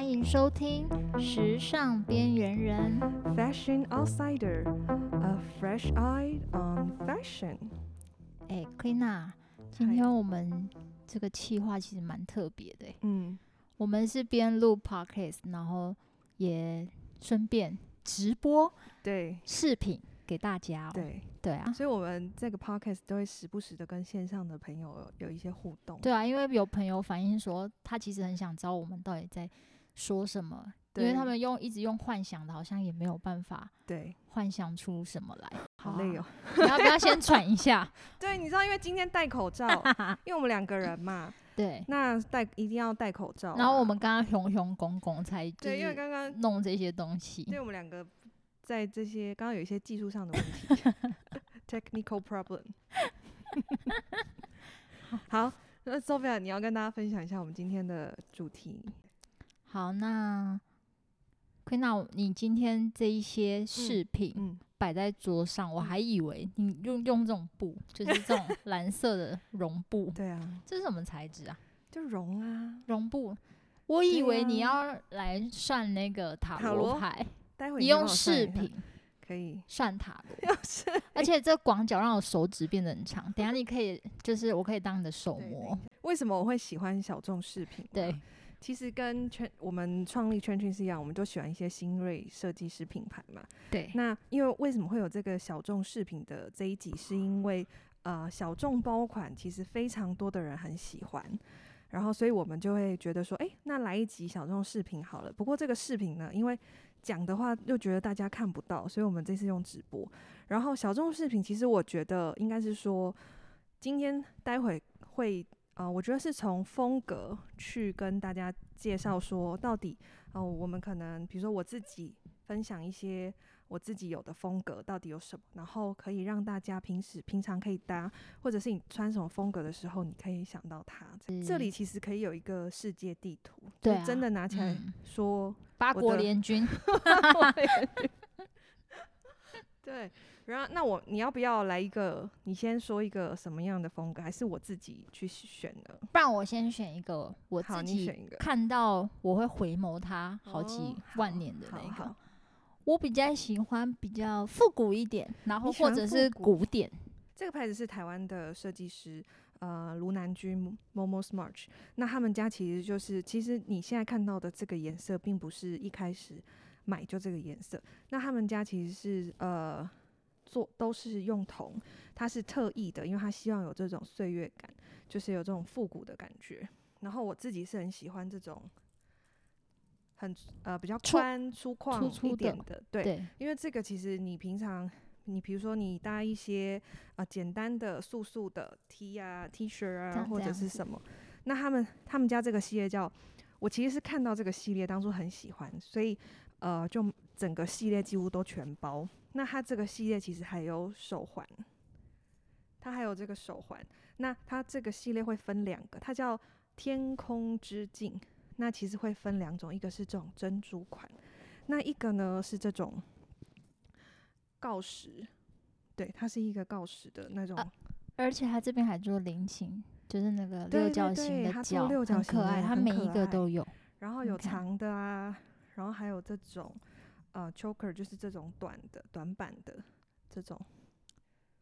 迎收听《时尚边缘人》。 Fashion Outsider, a fresh eye on fashion。哎，Queena，今天我们这个企划其实蛮特别的欸。嗯，我们是边录 podcast，然后也顺便直播对视频给大家哦、对，对啊，所以我们这个 podcast 都会时不时的跟线上的朋友有一些互动。对啊，因为有朋友反映说，他其实很想知道我们到底在说什么，因对，为他们用一直用幻想的，好像也没有办法对，幻想出什么来。好累哦啊！。你要不要先喘一下？对，你知道，因为今天戴 口罩，因为我们两个人嘛，对。那戴一定要戴口罩啊。然后我们刚刚熊熊拱拱才就对，因为是刚刚弄这些东西，对我们两个在这些刚刚有一些技术上的 问题，technical problem。好，那 Sophia，你要跟大家分享一下我们今天的主题。好，那奎娜，你今天这一些饰品嗯，摆在桌上，我还以为你用用这种布，就是这 种蓝色的绒布，对啊，这是什么材质啊？就绒啊，绒布。我以对为你啊要来算那个塔塔罗罗牌，待会你先帮用我算饰一哎下品，可以 算塔罗，用饰而且这广角让我手指变得很长。等一下你可以，就是我可以当你的手对模，为什么我会喜欢小众饰品？对，其实跟圈我们创立圈圈是一样，我们都喜欢一些新锐设计师品牌嘛。对，那因为为什么会有这个小众饰品的这一集，是因为呃小众包款其实非常多的人很喜欢，然后所以我们就会觉得说，诶，那来一集小众饰品好了。不过这个饰品呢，因为讲的话又觉得大家看不到，所以我们这次用直播。然后小众饰品，其实我觉得应该是说，今天待会会。呃，我觉得是从风格去跟大家介绍说，到底，呃，我们可能比如说我自己分享一些我自己有的风格到底有什么，然后可以让大家平时平常可以搭，或者是你穿什么风格的时候，你可以想到它。这样这里其实可以有一个世界地图，对就是真啊的拿起来嗯说，八我国的联军对。然后那我你要不要来一个？你先说一个什么样的风格，还是我自己去选的？不然我先选一个我好自你己选一个看到我会回眸它好哦几好万年的好那个。好我比较喜欢比较复古一点，然后你喜欢或者复是古古典。这个牌子是台湾的设计师，呃，卢南君 Momo Smart。那他们家其实就是，其实你现在看到的这个颜色，并不是一开始买就这个颜色。那他们家其实是呃做都是用铜，它是特意的，因为它希望有这种岁月感，就是有这种复古的感觉。然后我自己是很喜欢这种很呃比较粗宽粗犷粗一的点的，对，对，因为这个其实你平常，你比如说你搭一些呃简单的素素的 T 啊、T 恤这啊样，或这者样是子什么，那他们他们家这个系列叫，我其实是看到这个系列当初很喜欢，所以呃就整个系列几乎都全包。那它这个系列其实还有手环，它还有这个手环。那它这个系列会分两个，它叫天空之境。那其实会分两种，一个是这种珍珠款，那一个呢是这种锆石，对，它是一个锆石的那种，啊而且它这边还做菱形，就是那个对六对角形对的它做角，六角很形可爱。的它很每可一个爱都有。然后有看长的啊，然后还有这种呃 choker，就是这种短的短版的这种，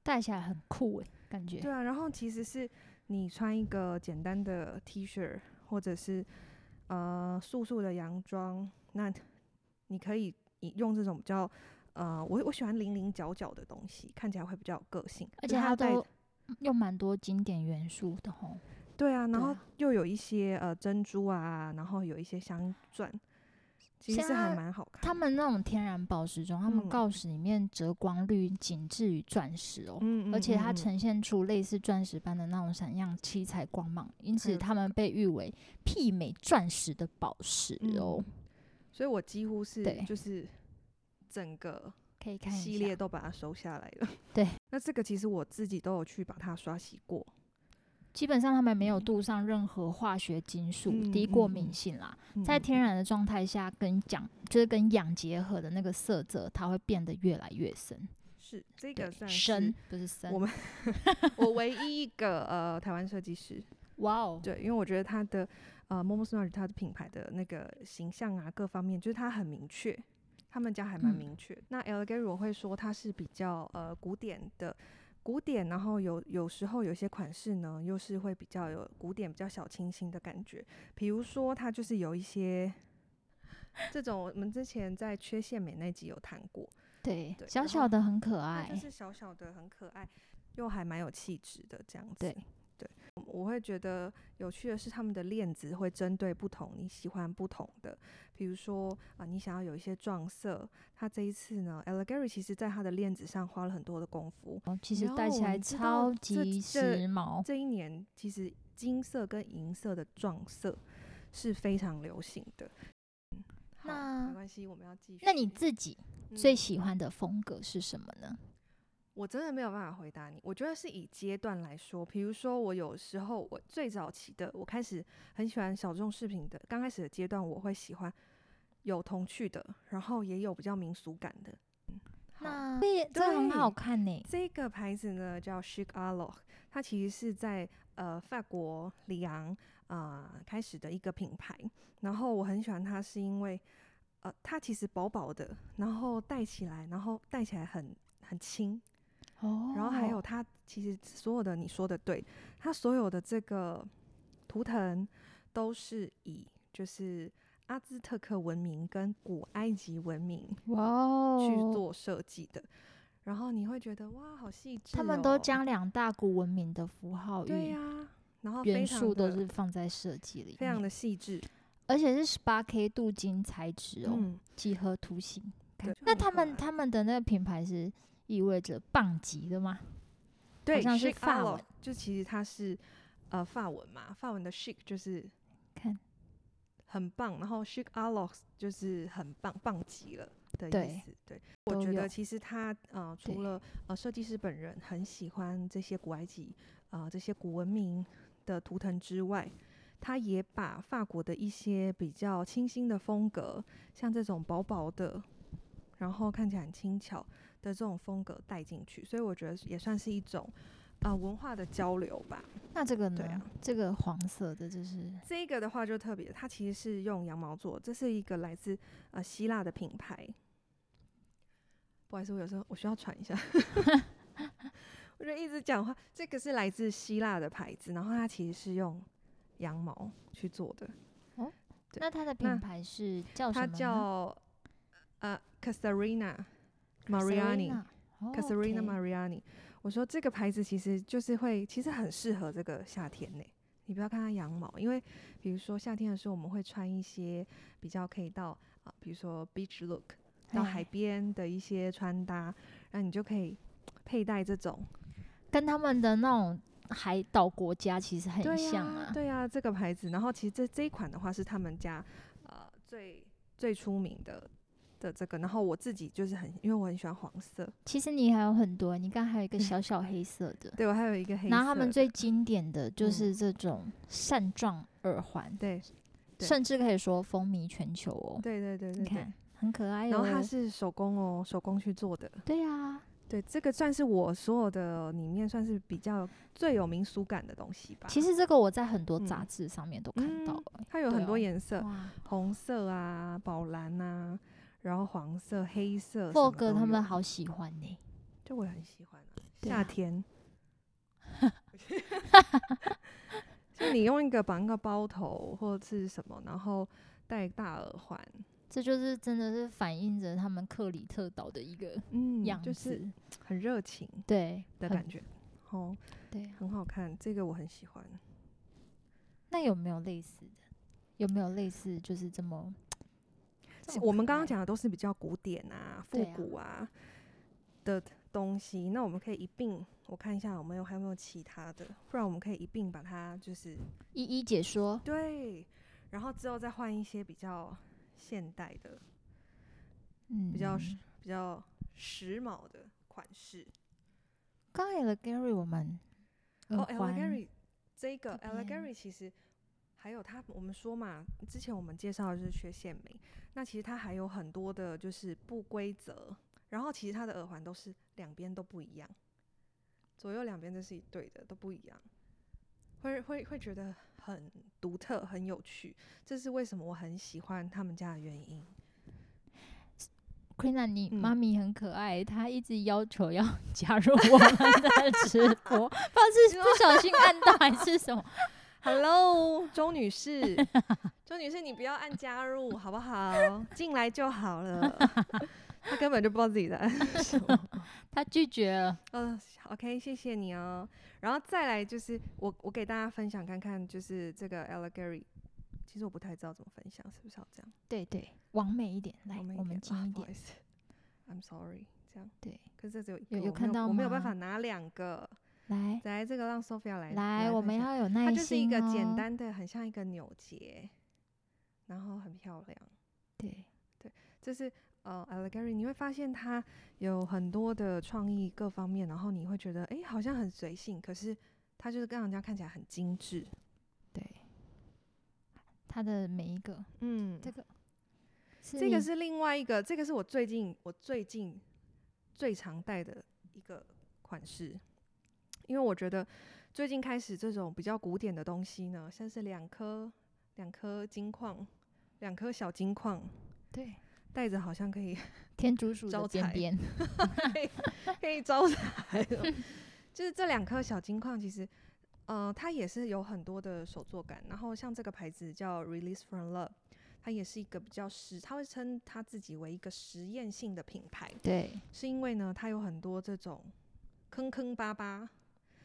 戴起来很酷诶、欸感觉。对啊，然后其实是你穿一个简单的 T 恤，或者是呃素素的洋装，那你可以以用这种比较呃，我我喜欢零零角角的东西，看起来会比较有个性，而就且是它带都用蛮多经典元素的吼。对啊，对然后啊又有一些呃珍珠啊，然后有一些镶钻，其实像是还它蛮好看。他们那种天然宝石中，他们嗯锆石里面折光率仅次于钻石哦。嗯而且它嗯嗯呈现出类似钻石般的那种闪亮七彩光芒，因有此它们被誉为媲美钻石的宝石哦。嗯所以我几乎是对就是整个可以看一下系列都把它收下来了。对，那这个其实我自己都有去把它刷洗过。基本上它们没有镀上任何化学金属，嗯低过嗯敏嗯性啦。嗯在天然的状态下，跟氧就是跟氧结合的那个色泽，它会变得越来越深，是这对个，算是深不是深我。们我唯一一个呃台湾设计师，哇哦，对，因为我觉得它的呃 m o m o s u n a 它的品牌的那个形象啊，各方面就是它很明确，他们家还嗯蛮明确。那 e l g a r y 我会说它是比较呃古典的。古典，然后有有时候有些款式呢，又是会比较有古典、比较小清新的感觉。比如说，它就是有一些这种，我们之前在缺陷美那集有谈过，对对，小然小后的很可它爱，就是小小的，很可爱，又还蛮有气质的这样子。对对我会觉得有趣的是，他们的链子会针对不同你喜欢不同的，比如说啊、你想要有一些撞色，它这一次呢 e l e g a r y 其实在它的链子上花了很多的功夫。哦其实然戴后起我来们知道超这级这时髦，这一年其实金色跟银色的撞色是非常流行的。嗯好那没关系，我们要继续。那你自己最嗯喜欢的风格是什么呢？我真的没有办法回答你。我觉得是以阶段来说，比如说我有时候我最早期的，我开始很喜欢小众饰品的，刚开始的阶段我会喜欢有童趣的，然后也有比较民俗感的。嗯好那这这很好对看呢，这个牌子呢叫 Chic a l o 它其实是在呃法国里昂啊、呃开始的一个品牌。然后我很喜欢它，是因为呃它其实薄薄的，然后戴起来，然后戴起来很很轻，哦，然后还有它其实所有的你说的对，它所有的这个图腾都是以就是阿兹特克文明跟古埃及文明哇哦，去做设计的，然后你会觉得哇，好细致、哦，他们都将两大古文明的符号对与呀、然后非元常素都的是放在设计里非常面，的细致，而且是十八 K 镀金材质哦，嗯，几何图形。看对就那很他可们爱他们的那个品牌是意味着棒极的吗？对，像是 chic 法 aloe，文就其实它是呃法文嘛，法文的 chic 就是看很棒，然后 chic aloe 就是很棒，棒极了的意对思。对，我都觉得有其实他呃，除对了呃设计师本人很喜欢这些古埃及呃这些古文明的图腾之外，他也把法国的一些比较清新的风格，像这种薄薄的，然后看起来很轻巧的这种风格带进去，所以我觉得也算是一种。啊、文化的交流吧。那这个呢？对啊这个黄色的就是这个的话就特别，它其实是用羊毛做，这是一个来自呃希腊的品牌。不好意思，我有时候我需要喘一下， 我就一直讲话。这个是来自希腊的牌子，然后它其实是用羊毛去做的，对那它的那品牌是叫哦什么它呢？叫呃 Casarina Mariani。 Serena。哦 Casarina ，OK Mariani。我说这个牌子其实就是会，其实很适合这个夏天呢、你不要看它羊毛，因为比如说夏天的时候，我们会穿一些比较可以到啊、比如说 beach look 到哎海边的一些穿搭，那你就可以佩戴这种。跟他们的那种海岛国家其实很对像呀、啊。对呀、这个牌子。然后其实这这一款的话是他们家呃最最出名的的这个。然后我自己就是很，因为我很喜欢黄色，其实你还有很多，你刚还有一个小小黑色的，对我还有一个嗯 黑色的。然后他们最经典的就嗯是这种扇状耳环，对对甚至可以说风靡全球哦。对对对对你对。看，很可爱然哦后。它是手工哦，手工去做的。对啊，对，这个算是我所有的里面算是比较最有民俗感的东西吧。其实这个我在很多嗯杂志上面都看到嗯哎它有对很多哦颜色，哇红色啊、宝蓝啊，然后黄色、黑色什么，Vogue 都他们有，好喜欢呢。就我很喜欢、啊。对夏啊 天，就你用一个绑一个包头或者是什么，然后戴大耳环，这就是真的是反映着他们克里特岛的一个嗯，样就子是，很热情对的很感觉，哦，对啊。很好看，这个我很喜欢。那有没有类似的？有没有类似就是这么？这是么我们可刚刚爱讲的都是比较古典啊、复对啊古啊的东西，那我们可以一并，我看一下有没有还有没有其他的，不然我们可以一并把它就是一一解说，对，然后之后再换一些比较现代的、嗯，比较时比较时髦的款式。刚才的 Gary 我们哦耳 e l e 环 g a r y 这个 e 这 l e g a 边 r y 其实还有它，我们说嘛，之前我们介绍的就是缺陷美，那其实它还有很多的就是不规则，然后其实它的耳环都是两边都不一样，左右两边都是一对的，都不一样。会会会觉得很独特、很有趣，这是为什么我很喜欢他们家的原因。 Krina，你嗯妈咪很可爱，她一直要求要加入我们的直 播，不知道是不小心按到还是什么。 Hello，周 女士，周女士，你不要按加入好不好？进来就 好了。她根本就不知道自己在按什么。她拒绝了，嗯、o k 谢谢你哦。然后再来就是我，我给大家分享看看，就是这个 Allegory，其实我不太知道怎么分享，是不是要这样？对对，完美一点，来，一我们点近啊一不好点，意思，I'm sorry，这样。对，可是这只有一个，有有我没看到我没有办吗法拿两个。来来，这个让 Sophia 来来，我分们享要有它耐就是一心个简哦，单的，很像一个扭结，然后很漂亮。对，就是呃 a l l e g r y 你会发现它有很多的创意各方面，然后你会觉得哎、诶好像很随性，可是它就是让人家看起来很精致。对，她的每一个嗯这个是这个你是另外一个，这个是我最近我最近最常戴的一个款式，因为我觉得最近开始这种比较古典的东西呢，像是两颗两颗金矿，两颗小金矿对戴着好像可以天竺鼠招的边财边， 可以招财了。 就是这两颗小金矿，其实，呃，它也是有很多的手作感。然后像这个牌子叫 Release from Love，它也是一个比较实，它会称它自己为一个实验性的品牌，对，是因为呢，它有很多这种坑坑巴巴，那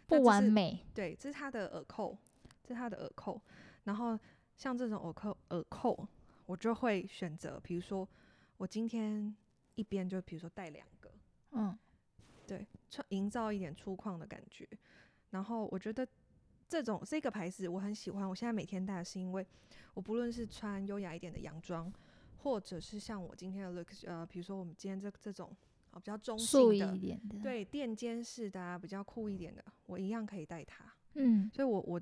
不这完是美，对，这是它的耳扣，这是它的耳扣。然后像这种耳扣，耳扣我就会选择，比如说我今天一边就比如说戴两个，嗯，对，创营造一点粗犷的感觉。然后我觉得这种这个牌子我很喜欢，我现在每天戴是因为我不论是穿优雅一点的洋装，或者是像我今天的 look，呃，比如说我们今天这这种啊比较中素性一的，点的，，对，垫肩式的啊，比较酷一点的，我一样可以戴它。嗯，所以我我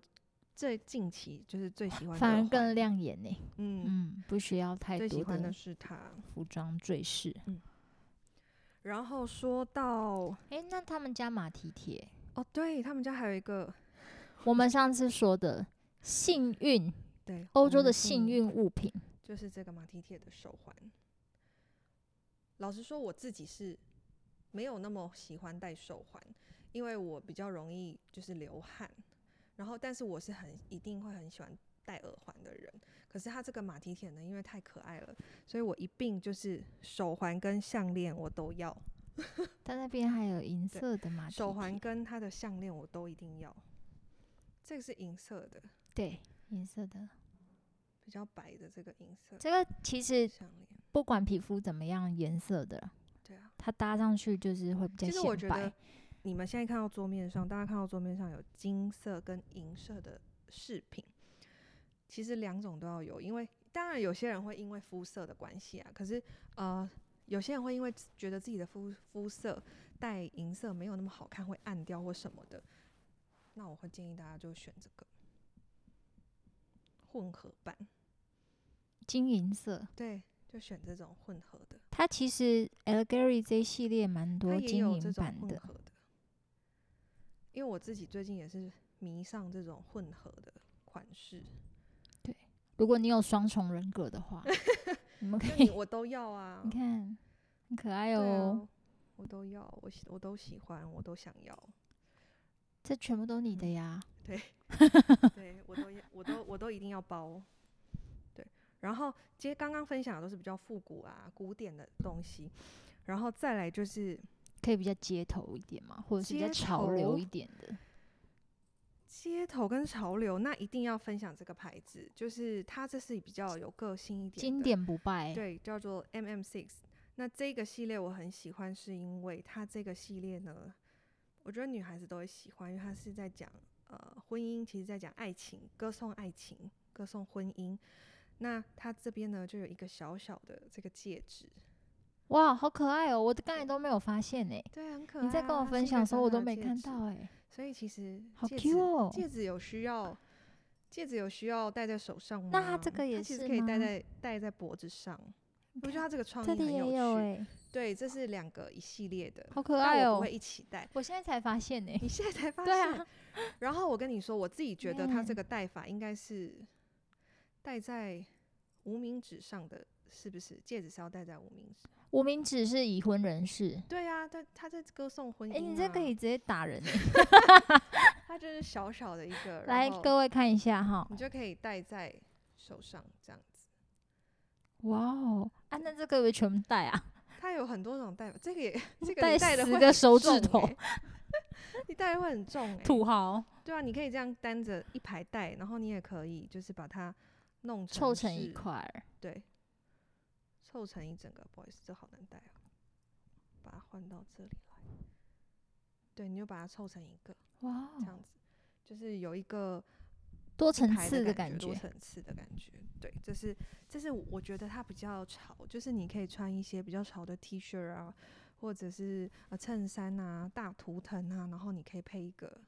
最近期就是最喜欢的反耳而环，更亮眼呢，嗯，嗯，不需要太最喜多欢的的是它。服装坠饰。然后说到诶，那他们家马蹄铁，哦，对他们家还有一个我们上次说的幸运，对欧我洲们的父幸母运物品，就是这个马蹄铁的手环。老实说，我自己是没有那么喜欢戴手环，因为我比较容易就是流汗。然后，但是我是很一定会很喜欢戴耳环的人。可是它这个马蹄铁呢，因为太可爱了，所以我一并就是手环跟项链我都要，它那边还有银色的马蹄手环铁跟它的项链我都一定要。这个是银色的，对，银色的。比较白的这个银色这个其实项链，不管皮肤怎么样，颜色的啦，对啊。它搭上去就是会比较其实我觉显白得。，你们现在看到桌面上，大家看到桌面上有金色跟银色的饰品，其实两种都要有，因为当然有些人会因为肤色的关系啊，可是呃，有些人会因为自觉得自己的肤肤色戴银色没有那么好看，会暗掉或什么的，那我会建议大家就选这个混合版，金银色，对，就选这种混合的，它其实 Allegory 这一系列蛮它多也金有这银种版混的，合的，因为我自己最近也是迷上这种混合的款式，如果你有双重人格的 话，你们可就你 以，我都要啊你，看，很可爱对哦。啊，我都要，我喜我都喜欢，我都想 要，这全部都你嗯的呀。对我都要，我都我都一定要包，对。然后其实刚刚分享的都是比较复古啊、古典的东西，然后再来就是可以比较街头一点嘛，或者是比较街潮流头一点的。街头跟潮流，那一定要分享这个牌子，就是它这是比较有个性一点的，经典不败。对，叫做 MM Six。那这个系列我很喜欢，是因为它这个系列呢，我觉得女孩子都会喜欢，因为它是在讲呃婚姻，其实在讲爱情，歌颂爱情，歌颂婚姻。那它这边呢，就有一个小小的这个戒指，哇，好可爱哦！我刚才都没有发现哎、对，很可爱啊、你在跟我是分一个享的时小候，我小都的没戒看指到哎、所以其实好戒 Q 指哦！戒指有需要，戒指有需要戴在手上吗？那它这个也其是实可以戴吗在戴在脖子上。我觉得它这个创意这里很有欸也趣，有哎、对，这是两个一系列的，好可但爱哦我不！会一起 戴。我现在才发现呢、你现在才发对现，啊，嗯然后我跟你说，我自己觉得他这耶个戴法应该是戴在无名指上的，是不是？戒指是要戴在无名指？无名指是已婚人士。对啊，他他在歌颂婚姻、哎、啊。你这可以，直接打 人、欸。它就是小小的一个，然来，后各位看一下哈。你就可以戴在手上这样子。哇哦，啊，那这个会全部戴啊？它有很多种戴法，这个也 这个戴你戴的十会个很手指重头欸 你戴的会很重哎、 土豪对啊，你可以这样单着一排戴，然后你也可以就是把它弄成凑成一是块儿，对，凑成一整个，不好意思，这好难戴哦，把它换到这里来。对，你就把它凑成一个，哇这哦，样子，就是有一个多一层排次的感多觉。层次的感觉。对，这是这是我觉得它比较潮，就是你可以穿一些比较潮的 T 恤啊，或者是呃衬衫啊、大图腾啊，然后你可以配一个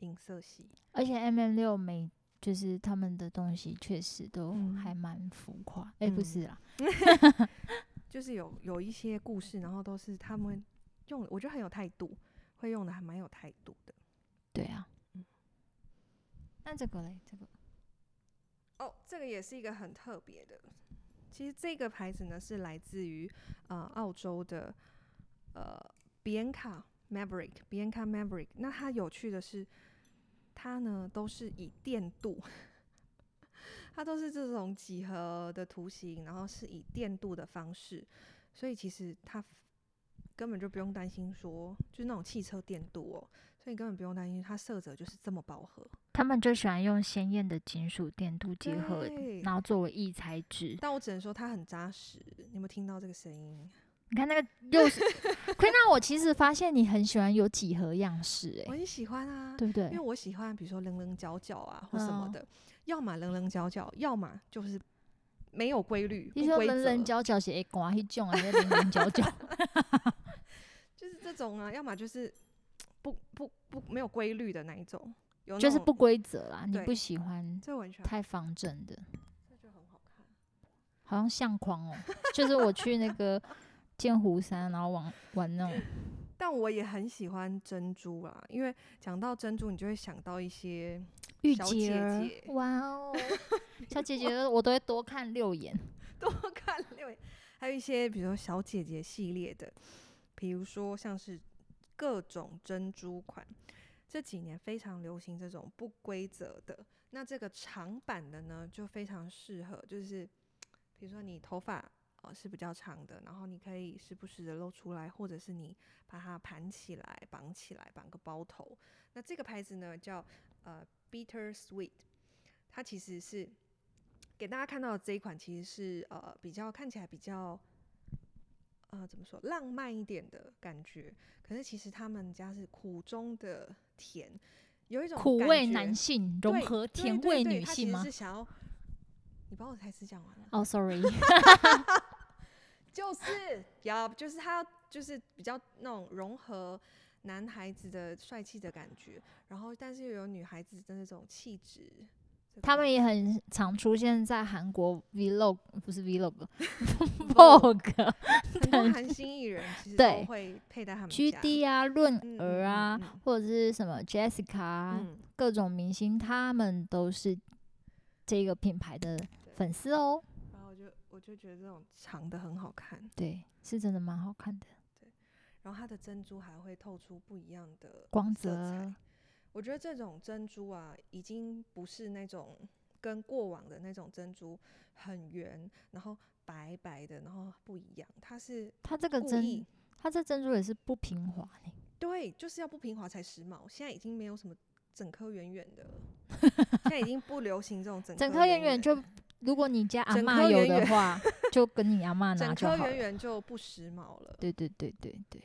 银色系。而且 M M 六每就是他们的东西确实都嗯还蛮浮夸。哎、不嗯是啦，就是有有一些故事，然后都是他们用，我觉得很有态度，会用的还蛮有态度的。对啊嗯。那这个嘞，这个哦，这个也是一个很特别的。其实这个牌子呢是来自于呃澳洲的呃 Bianca Maverick Bianca Maverick。那它有趣的是，它呢都是以电镀， 它都是这种几何的图形，然后是以电镀的方式，所以其实它根本就不用担心说，就是那种汽车电镀哦，所以你根本不用担心它色泽就是这么饱和。他们就喜欢用鲜艳的金属电镀结合，对然后作为异材质。但我只能说它很扎实。你有没有听到这个声音？你看那个又 是，可以那我其实发现你很喜欢有几何样式、我哎，很喜欢啊，对不对因为？我喜欢，比如说棱棱角角啊或什么嗯的，要么棱棱角角，要么就是没有规律，你不说规棱棱则，角角是会刮那种，还是棱棱角角？就是这种啊，要么就是不不不没有规律的那一种， 有那就是种不，规则啦，你对不喜欢这完全太方正的，这就很好看。好像相框哦、 就是我去那个剑湖山，然后玩玩 那种，但我也很喜欢珍珠啊，因为讲到珍珠，你就会想到一些御小姐姐儿姐哇 哦，小姐姐我都会多看六眼， 多看六眼，还有一些比如说小姐姐系列的，比如说像是各种珍珠款，这几年非常流行这种不规则的。那这个长版的呢，就非常适合，就是比如说你头发呃是比较长的，然后你可以时不时的露出来，或者是你把它盘起来、绑起来，绑个包头。那这个牌子呢叫呃 Bitter Sweet，它其实是给大家看到的这一款，其实是呃比较看起来比较呃怎么说浪漫一点的感觉，可是其实他们家是苦中的甜，有一种苦感味觉男性融对合对甜对味对女他性其实吗是？想要，你把我的台词讲完了，哦、s o r r y 就是要就是他要就是比较那种融合男孩子的帅气的感觉，然后但是又有女孩子的那种气质。这他种们也很常出现在韩国 vlog，不是 Vogue vlog，vlog 很多韩星艺人 其实对都会佩戴他们家 G D 啊、润嗯儿啊，嗯或者是什么 Jessica 啊、嗯嗯各种明星，他们都是这个品牌的粉丝哦。然后我就我就觉得这种长的很好看，对，是真的蛮好看的，然后它的珍珠还会透出不一样的光色泽彩。我觉得这种珍珠啊，已经不是那种跟过往的那种珍珠很圆，然后白白的，然后不一样。它是它这个故意珍，它这珍珠也是不平滑呢、对，就是要不平滑才时髦。现在已经没有什么整颗圆圆的了，现在已经不流行这种整整颗颗圆圆圆的，就，如果你家阿嗯整妈颗有圆的圆 话，就跟你阿妈拿整就颗好了。圆圆就不时髦了。对对对对对，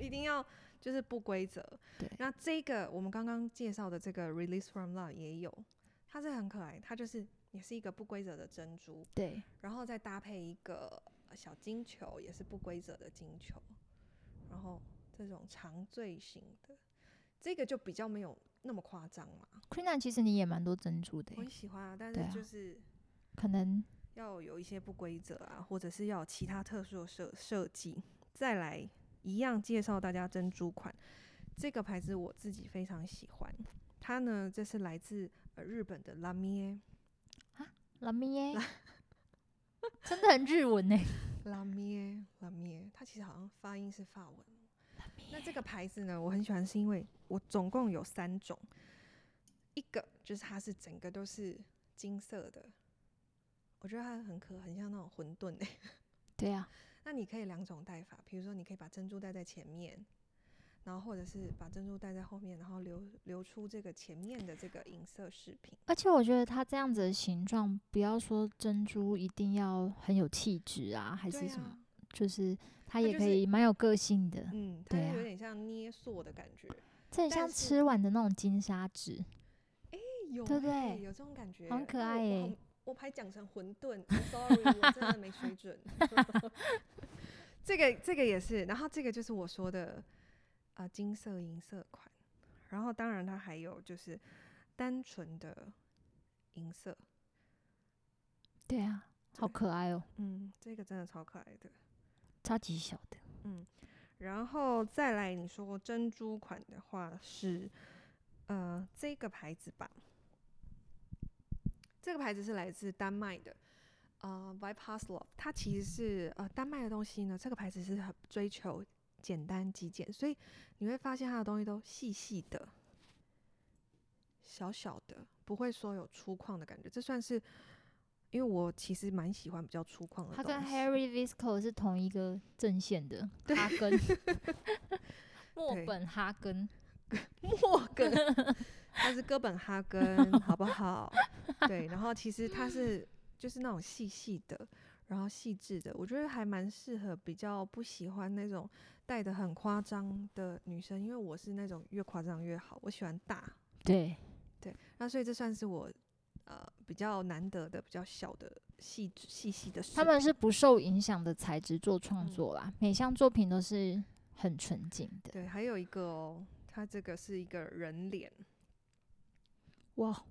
一定要就是不规则。对那这个我们刚刚介绍的这个 Release from Love 也有，它是很可爱，它就是也是一个不规则的珍珠，对，然后再搭配一个呃小金球，也是不规则的金球，然后这种长坠型的，这个就比较没有那么夸张嘛。 Krina，其实你也蛮多珍珠的我耶、很喜欢啊，但对是啊就是 可能要有一些不规则啊，或者是要有其他特殊的设设计。再来一样介绍大家珍珠款，这个牌子我自己非常喜欢。它呢，这是来自呃日本的拉咩拉米耶， 真的很日文呢、欸拉咩拉咩，它其实好像发音是法文。哦那这个牌子呢，我很喜欢，是因为我总共有三种，一个就是它是整个都是金色的，我觉得它很可，很像那种欸馄饨诶、对啊，那你可以两种戴法，比如说你可以把珍珠戴在前面，然后或者是把珍珠戴在后面，然后留留出这个前面的这个银色饰品。而且我觉得它这样子的形状，不要说珍珠一定要很有气质啊，还对是什么，啊？就是它它也就可是以蛮有个性的，嗯，它对就啊有点像捏塑的感觉。这很但像是吃完的那种金沙纸。有对不欸对有这种感觉，很可那我爱我欸很我还讲成馄饨 I'm，sorry，我真的没水准。 这个这个也是，然后这个就是我说的呃金色银色款，然后当然它还有就是单纯的银色，对啊，好对可爱哦，嗯，这个真的超可爱的，超级小的。嗯，然后再来你说珍珠款的话是呃这个牌子吧，这个牌子是来自丹麦的，呃 v i p a s l o 它其实是呃丹麦的东西呢，这个牌子是很追求简单极简，所以你会发现它的东西都细细的、小小的，不会说有粗犷的感觉，这算是。因为我其实蛮喜欢比较粗犷的东西，它跟 Harry Visco 是同一个阵线 的，哈根，墨对本哈根，莫根，他是哥本哈根，好不好？对，然后其实它是就是那种细细的，然后细致的，我觉得还蛮适合比较不喜欢那种戴的很夸张的女生，因为我是那种越夸张越好，我喜欢大，对，对，那所以这算是我呃比较难得的比较小的细致细细的饰品。他们是不受影响的材质做创嗯作啦，每项作品都是很纯净的。对，还有一个哦，它这个是一个人脸，哇，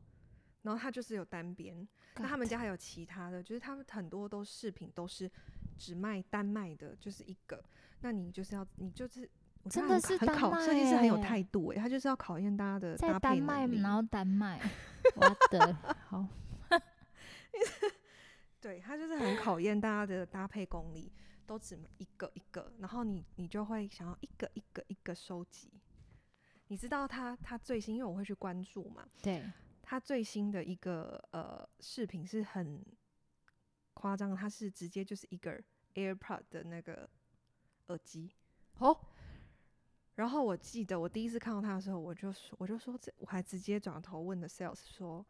然后它就是有单边，那他们家还有其他的，就是他们很多都饰品都是只卖单卖的，就是一个。那你就是要，你就是我觉真得的是很考很丹考麦设计师很有欸态度诶、他就是要考验大家的在搭丹配麦，能力。然后丹 麦，我的好，对他就是很考验大家的搭配功力，都只一个一个，然后你你就会想要一个一个一个收集。你知道他他最新，因为我会去关注嘛，对，他最新的一个呃饰品是很夸张的，它是直接就是一个 AirPod 的那个耳机。哦，然后我记得我第一次看到它的时候，我就说我就说这，我还直接转头问了 sales 说，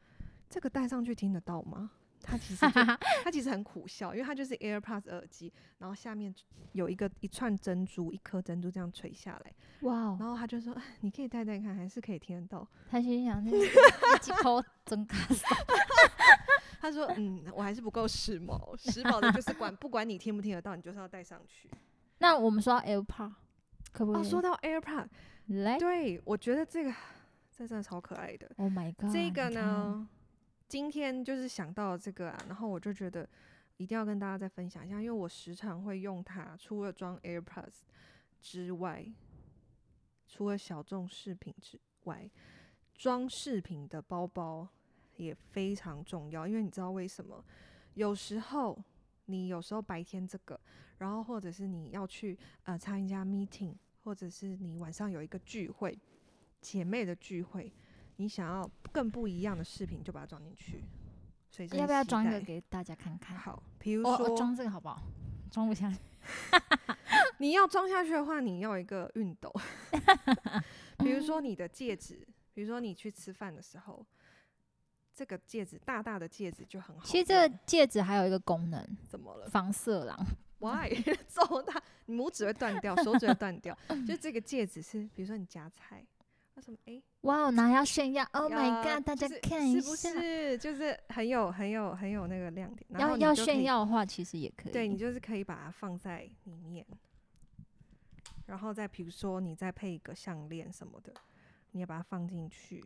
这个戴上去听得到吗？他其实就 他其实很苦笑，因为它就是 AirPods 耳机，然后下面有一个一串珍珠，一颗珍珠这样垂下来，哇哦，然后他就说 哎你可以戴戴看，还是可以听得到。他心想这一几口真卡死，他说：“嗯，我还是不够时髦，时髦的就是管不管你听不听得到，你就是要戴上去。 那我们说到 AirPod，可”不可哦，以？说到 AirPod，来对我觉得这个这真的超可爱的。 ，Oh my God，这个你看，呢，今天就是想到这个啊，然后我就觉得一定要跟大家再分享一下，因为我时常会用它，除了装 AirPods 之外，除了小众饰品之外，装饰品的包包也非常重要，因为你知道为什么？有时候你有时候白天这个，然后或者是你要去呃参加 meeting，或者是你晚上有一个聚会，姐妹的聚会，你想要更不一样的饰品，就把它装进去。随身要不要携装一带个给大家看看？好，比如我说、我哦装这个好不好？装不下去，你要装下去的话，你要有一个熨 斗，比如说你的戒指，比如说你去吃饭的时候，这个戒指大大的戒指就很好用。其实这个戒指还有一个功能，怎么了防色狼。 ？Why？揍 他，你拇指会断掉，手指会断 掉。就这个戒指是，比如说你夹菜，为什么？哎、哇，哦拿来要炫耀！Oh 呀 my god，大就家是看一是不下。是就是很有很有很有那个亮点？然要后你要就可炫以耀的话，其实也可以。对你就是可以把它放在里面，然后再比如说你再配一个项链什么的，你也把它放进去，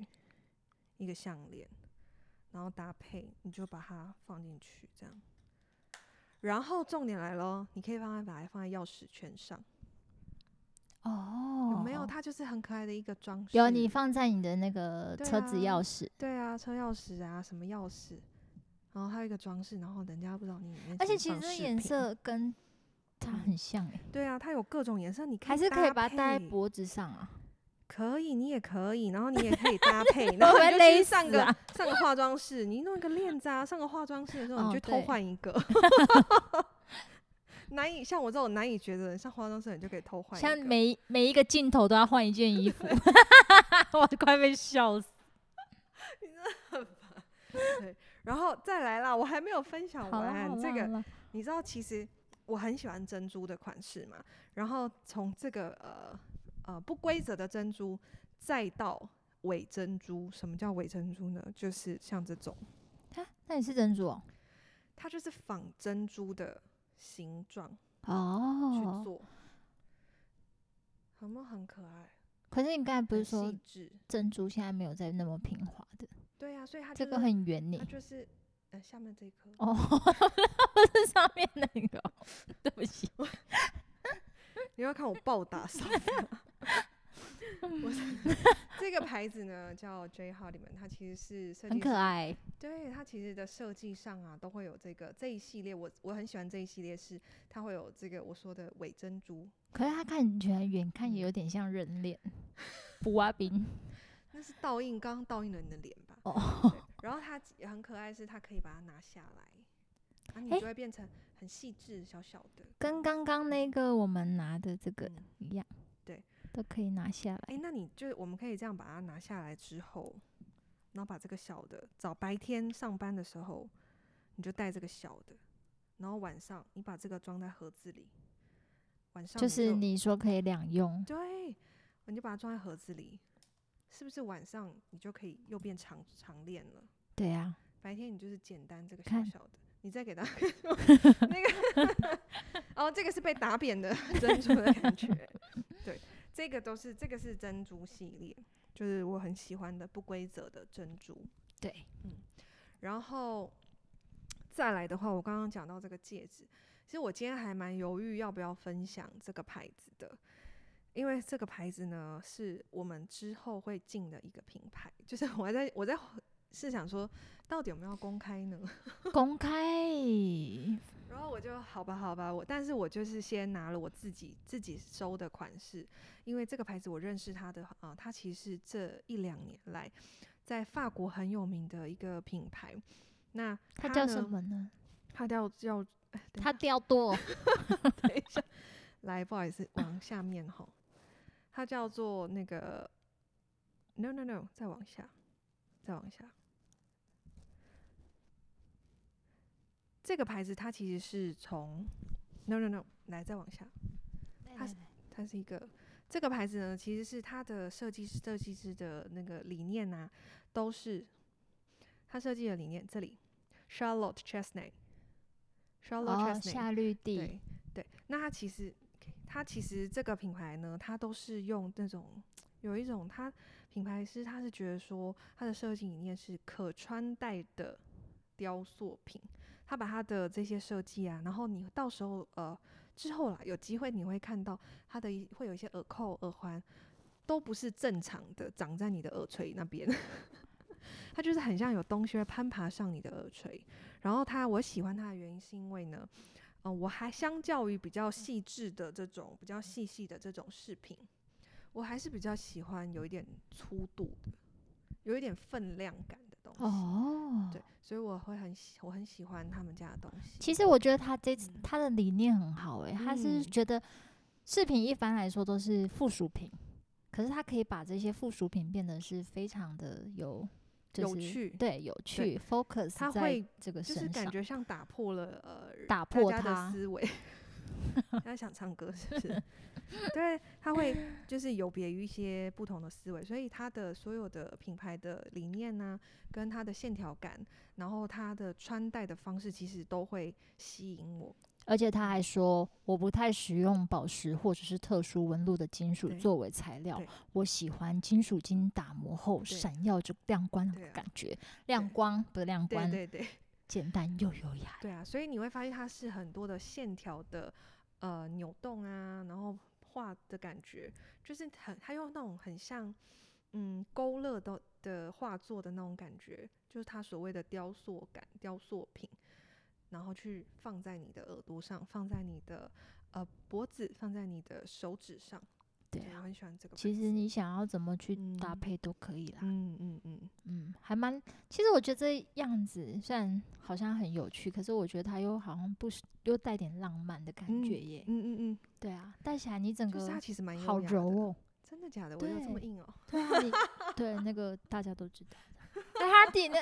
一个项链，然后搭配你就把它放进去，这样然后重点来喽，你可以放在把它放在钥匙圈上，哦，有没有？？它就是很可爱的一个装饰。有啊你放在你的那个对车子啊钥匙，对啊，车钥匙啊，什么钥匙，然后还有一个装饰，然后人家不知道你里面。而且其实这颜，色跟它嗯很像哎，对啊，它有各种颜色，你还是可以把它它戴在脖子上啊。可以，你也可以，然后你也可以搭 配，会 然后不会你就勒去上死个、啊上个化妆室，你弄一个链子啊，上个化妆室的时候，哦你就偷对换一个。 难以像我这种难以觉得人，上化妆室你就可以偷换一个。像每每一个镜头都要换一件衣 服， 我快被笑死。对，然后再来啦，我还没有分享好了啊好完了这个好。了你知道，其实我很喜欢珍珠的款式嘛，然后从这个呃呃不规则的珍珠，再到伪珍珠。什么叫伪珍珠呢？就是像这种，啊那你是珍珠哦？它就是仿珍珠的形状去哦，做，有没有很可爱？可是你刚才不是很说细致？珍珠现在没有再那么平滑的，对呀、所以它、就这是、个很圆呢它。就是呃下面这一 颗，哦，不是上面那个哦，对不起。你要看我暴 打扫我是这个牌子呢叫 J. Hardiman，它其实是设很计可师，爱，对它其实的设计上啊都会有这个这一系列，我我很喜欢这一系列是它会有这个我说的伪珍珠，可是它看起来远看嗯也有点像人脸，布阿 冰那是倒映刚刚倒映了你的脸吧？哦。对，然后它也很可爱，是它可以把它拿下来，啊你诶就会变成很细致小小的。跟刚刚那个我们拿的这个嗯一样，对，都可以拿下来。哎、那你就我们可以这样把它拿下来之后，然后把这个小的，早白天上班的时候你就带这个小的，然后晚上你把这个装在盒子里，晚上就是你你说可以两用，对，你就把它装在盒子里，是不是晚上你就可以又变长长链了？对啊，白天你就是简单这个小看小的，你再给它 那个哦，这个是被打扁的珍珠的感觉。对，这个都是这个是珍珠系列，就是我很喜欢的不规则的珍珠。对，然后再来的话，我刚刚讲到这个戒指，其实我今天还蛮犹豫要不要分享这个牌子的，因为这个牌子呢是我们之后会进的一个品牌，就是我还在我在是想说到底有没有要公开呢？公开然后我就好吧，好吧，我但是我就是先拿了我自己自己收的款式，因为这个牌子我认识它的啊、呃它其实这一两年来在法国很有名的一个品牌。那它叫呢什？么呢？它叫叫哎等一它掉多 等一下，来，不好意思，往下面吼，它叫做那个，no no no，再往下，再往下。这个牌子它其实是从，no no no，来再往下，它是它是一个这个牌子呢，其实是它的设计师设计师的那个理念呐、都是他设计的理念。这里，Charlotte Chestnut，Charlotte 哦， Chestnut，、夏绿地对对，那它其实它其实这个品牌呢，它都是用那种有一种它品牌是它是觉得说它的设计理念是可穿戴的雕塑品，它把它的这些设计啊，然后你到时候呃之后啦，有机会你会看到它的一会有一些耳扣、耳环。都不是正常的长在你的耳垂那边， 它就是很像有东西会攀爬上你的耳垂。然后它，我喜欢它的原因是因为呢，嗯、我还相较于比较细致的这种比较细细的这种饰品，我还是比较喜欢有一点粗度的，有一点分量感的东西。哦。对，所以我会很喜，我很喜欢他们家的东西。其实我觉得他这次他的理念很好诶、他是嗯觉得饰品一般来说都是附属品，可是他可以把这些附属品变得是非常的有、就是、有趣对有趣 focus 它在会这个就是身感上，觉像打破了呃打大破家的它思维。他想唱歌是不是？对，他会就是有别于一些不同的思维，所以他的所有的品牌的理念呢、跟他的线条感，然后他的穿戴的方式，其实都会吸引我。而且嗯他还说我不太使用宝石或者是特殊纹路的金属对作为材料对，我喜欢金属经打磨后对闪耀着亮光的对啊感觉，亮光不是亮对光，对对，简单又优雅。对啊，所以你会发现它是很多的线条的呃扭动啊，然后画的感觉，就是很它用那种很像嗯勾勒的的画作的那种感觉，就是它所谓的雕塑感、雕塑品，然后去放在你的耳朵上，放在你的呃脖子，放在你的手指上。对我啊，很喜欢这个牌子。其实你想要怎么去搭嗯配都可以啦。嗯嗯嗯，嗯，还蛮，其实我觉得这样子虽然好像很有趣，可是我觉得它又好像不是又带点浪漫的感觉嗯耶。嗯嗯对啊，戴起来你整嗯，就是它个其实蛮优好雅柔的哦。真的假的？我要这么对硬哦、对啊， 你对那个大家都知道的。但他点 的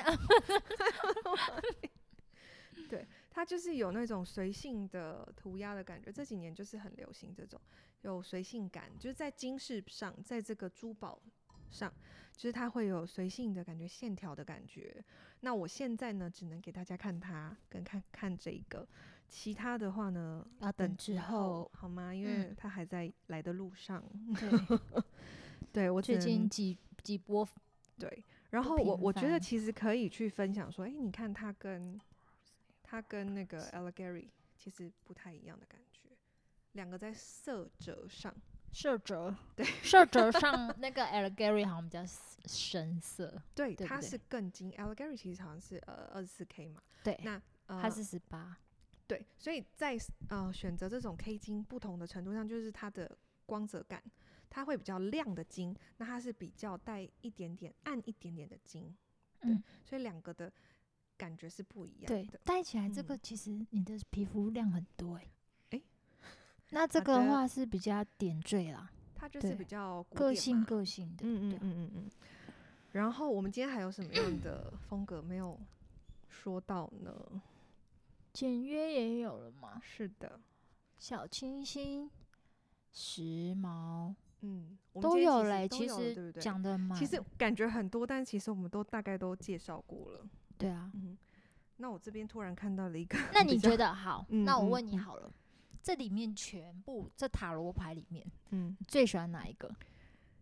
它就是有那种随性的涂鸦的感觉，这几年就是很流行这种有随性感，就是在金饰上，在这个珠宝上，就是它会有随性的感觉，线条的感觉。那我现在呢，只能给大家看它跟看看这一个，其他的话呢，要等之以后，好吗？因为嗯它还在来的路上。对， 对我最只近能几几波对，然不后我平我觉得凡其实可以去分享说，哎、你看它跟它跟那个 Allegory 其实不太一样的感觉，两个在色泽上，射折，对，射 折上那个 Allegory 好像比较深色，对，对不它对是更金，Allegory 其实好像是呃二十四 K 嘛，对，那呃它是十八，对，所以在呃选择这种 K 金不同的程度上，就是它的光泽感，它会比较亮的金，那它是比较带一点点暗一点点的金，对，嗯所以两个的感觉是不一样对的，，戴起来这个嗯其实你的皮肤量很多诶、诶那这好个的的话是比较点缀啦，它就是对比较古个典性嘛个性的，嗯对啊嗯嗯嗯嗯。然后我们今天还有什么样的风格没有说到呢？简约也有了嘛，是的，小清新、时髦嗯，我们都今天有其实嘞，都其有了对实不对？讲的蛮，其实感觉很多，但其实我们都大概都介绍过了。对啊，嗯，那我这边突然看到了一个比较， 那你觉得好？嗯那我嗯问你嗯好了，这里面全部这塔罗牌里面嗯，最喜欢哪一个？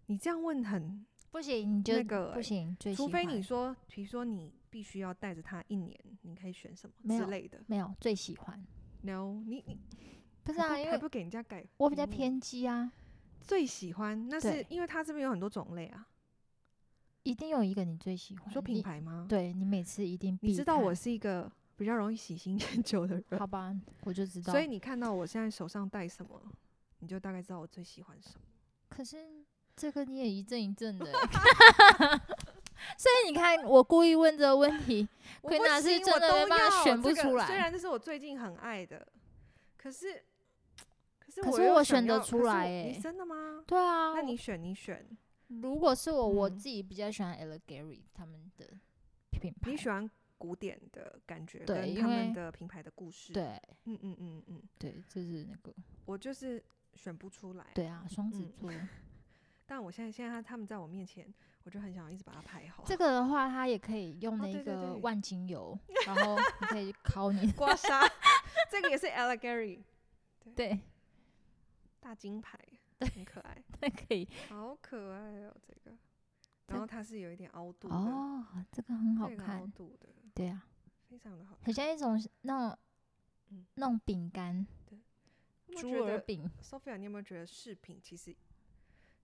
你这样问很，不行，你就、那个不欸行，最除喜非欢你说，比如说你必须要带着它一年，你可以选什没么之有类的。没有最喜欢， No，你你不是还啊，不因还为不给嗯人家改，我比较。偏激啊，最喜欢那是对因为它这边有很多种类啊，一定有一个你最喜欢，你说品哦你牌吗？对你每次一定你必知道我看是一个比较容易喜新厌旧的人，好吧，我就知道，所以你看到我现在手上戴什么，你就大概知道我最喜欢什么。可是这个你也一阵一 阵的欸、所以你看，我故意问这个问 题，我可以不拿是行真我的都没办法要选不这个出来虽然这是我最近很爱的，可是可是可我是又我想选得要出可是我来你欸真的吗？对啊，那你选你选，如果是我，我嗯自己比较喜欢 Allegory 他们的品牌。你喜欢古典的感觉对跟因他们为的品牌的故事。，对嗯嗯嗯嗯，对，就是那个我就是选不出来。对啊，双子嗯座、但我现在现在他们在我面前，我就很想一直把它排好。这个的话，它也可以用哦那对对个对万金油，然后你可 以烤你刮痧，这个也是 Allegory 对，大金牌，很可爱，它可以好可爱哦，这个。这然后它是有一点凹凸的，哦，这个很它好有一个凹看，凸的，对啊，非常的好看。很像一种那种嗯那种饼干，你有猪没有觉耳得饼， Sophia，你有没有觉得饰品其实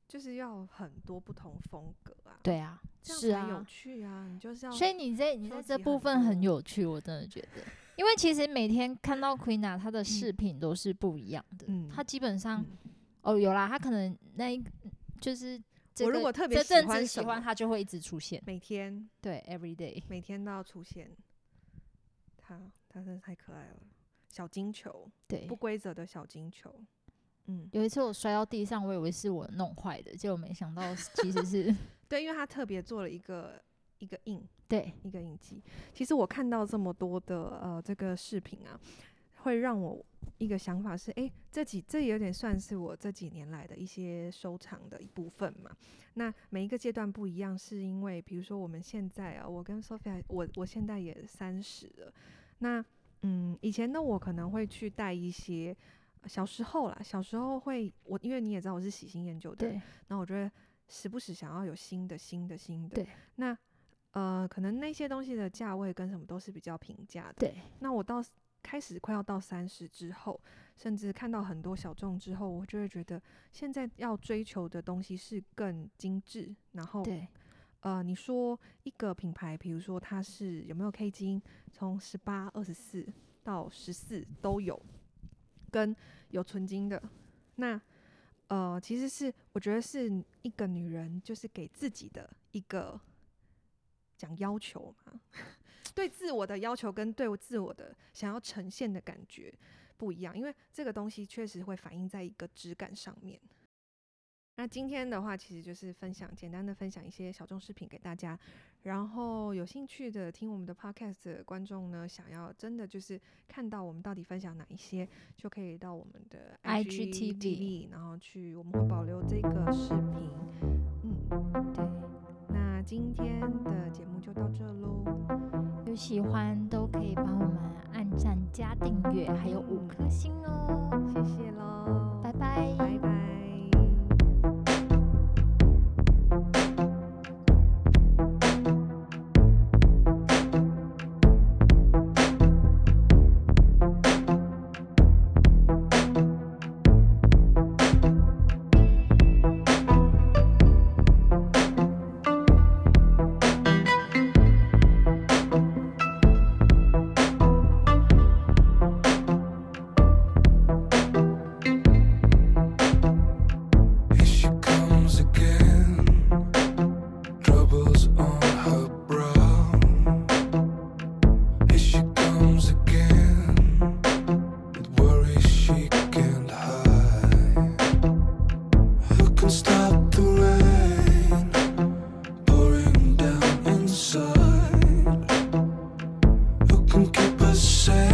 就是要很多不同风格啊？，对啊，这样是才有啊，趣啊！你就是要，所以你在你收在这集部很分很多有趣，我真的觉得，因为其实每天看到 Queen a 她的饰品都是不一样的，嗯她基本上、嗯哦有啦，她可能那一就是这我个如果特别这喜阵欢子喜什么欢，她就会一直出现，每天对，every day，每天都要出现。它它真的太可爱了，小金球，对不。规则的小金球，嗯，有一次我摔到地上，我以为是我弄坏的，结果没想到是其实 是对，因为它特别做了一个一个印，对一个影集。其实我看到这么多的呃这个视频啊，会让我一个想法是，诶，这几这有点算是我这几年来的一些收藏的一部分嘛。那每一个阶段不一样，是因为比如说我们现在啊，我跟 Sophia，我我现在也三十了，那嗯，以前呢，我可能会去带一些。呃小时候啦，小时候会我，因为你也知道我是喜新厌旧的人对然后我觉得时不时想要有新的、新的、新的对。那呃，可能那些东西的价位跟什么都是比较平价的。对，那我到开始快要到三十之后，甚至看到很多小众之后，我就会觉得现在要追求的东西是更精致，然后对，呃，你说一个品牌，比如说它是有没有 K 金，从十八、二十四到十四都有，跟有纯金的，那呃，其实是我觉得是一个女人就是给自己的一个讲要求嘛，对自我的要求跟对我自我的想要呈现的感觉不一样，因为这个东西确实会反映在一个质感上面。那今天的话，其实就是分享简单的分享一些小众饰品给大家。然后有兴趣的听我们的 podcast 的观众呢，想要真的就是看到我们到底分享哪一些，就可以到我们的 IGTV IGTV 然后去我们会保留这个视频。嗯，对，那今天的节目就到这喽。有喜欢都可以帮我们按赞、加订阅，还有五颗星哦，谢谢喽，拜拜。拜拜 Who can keep us safe?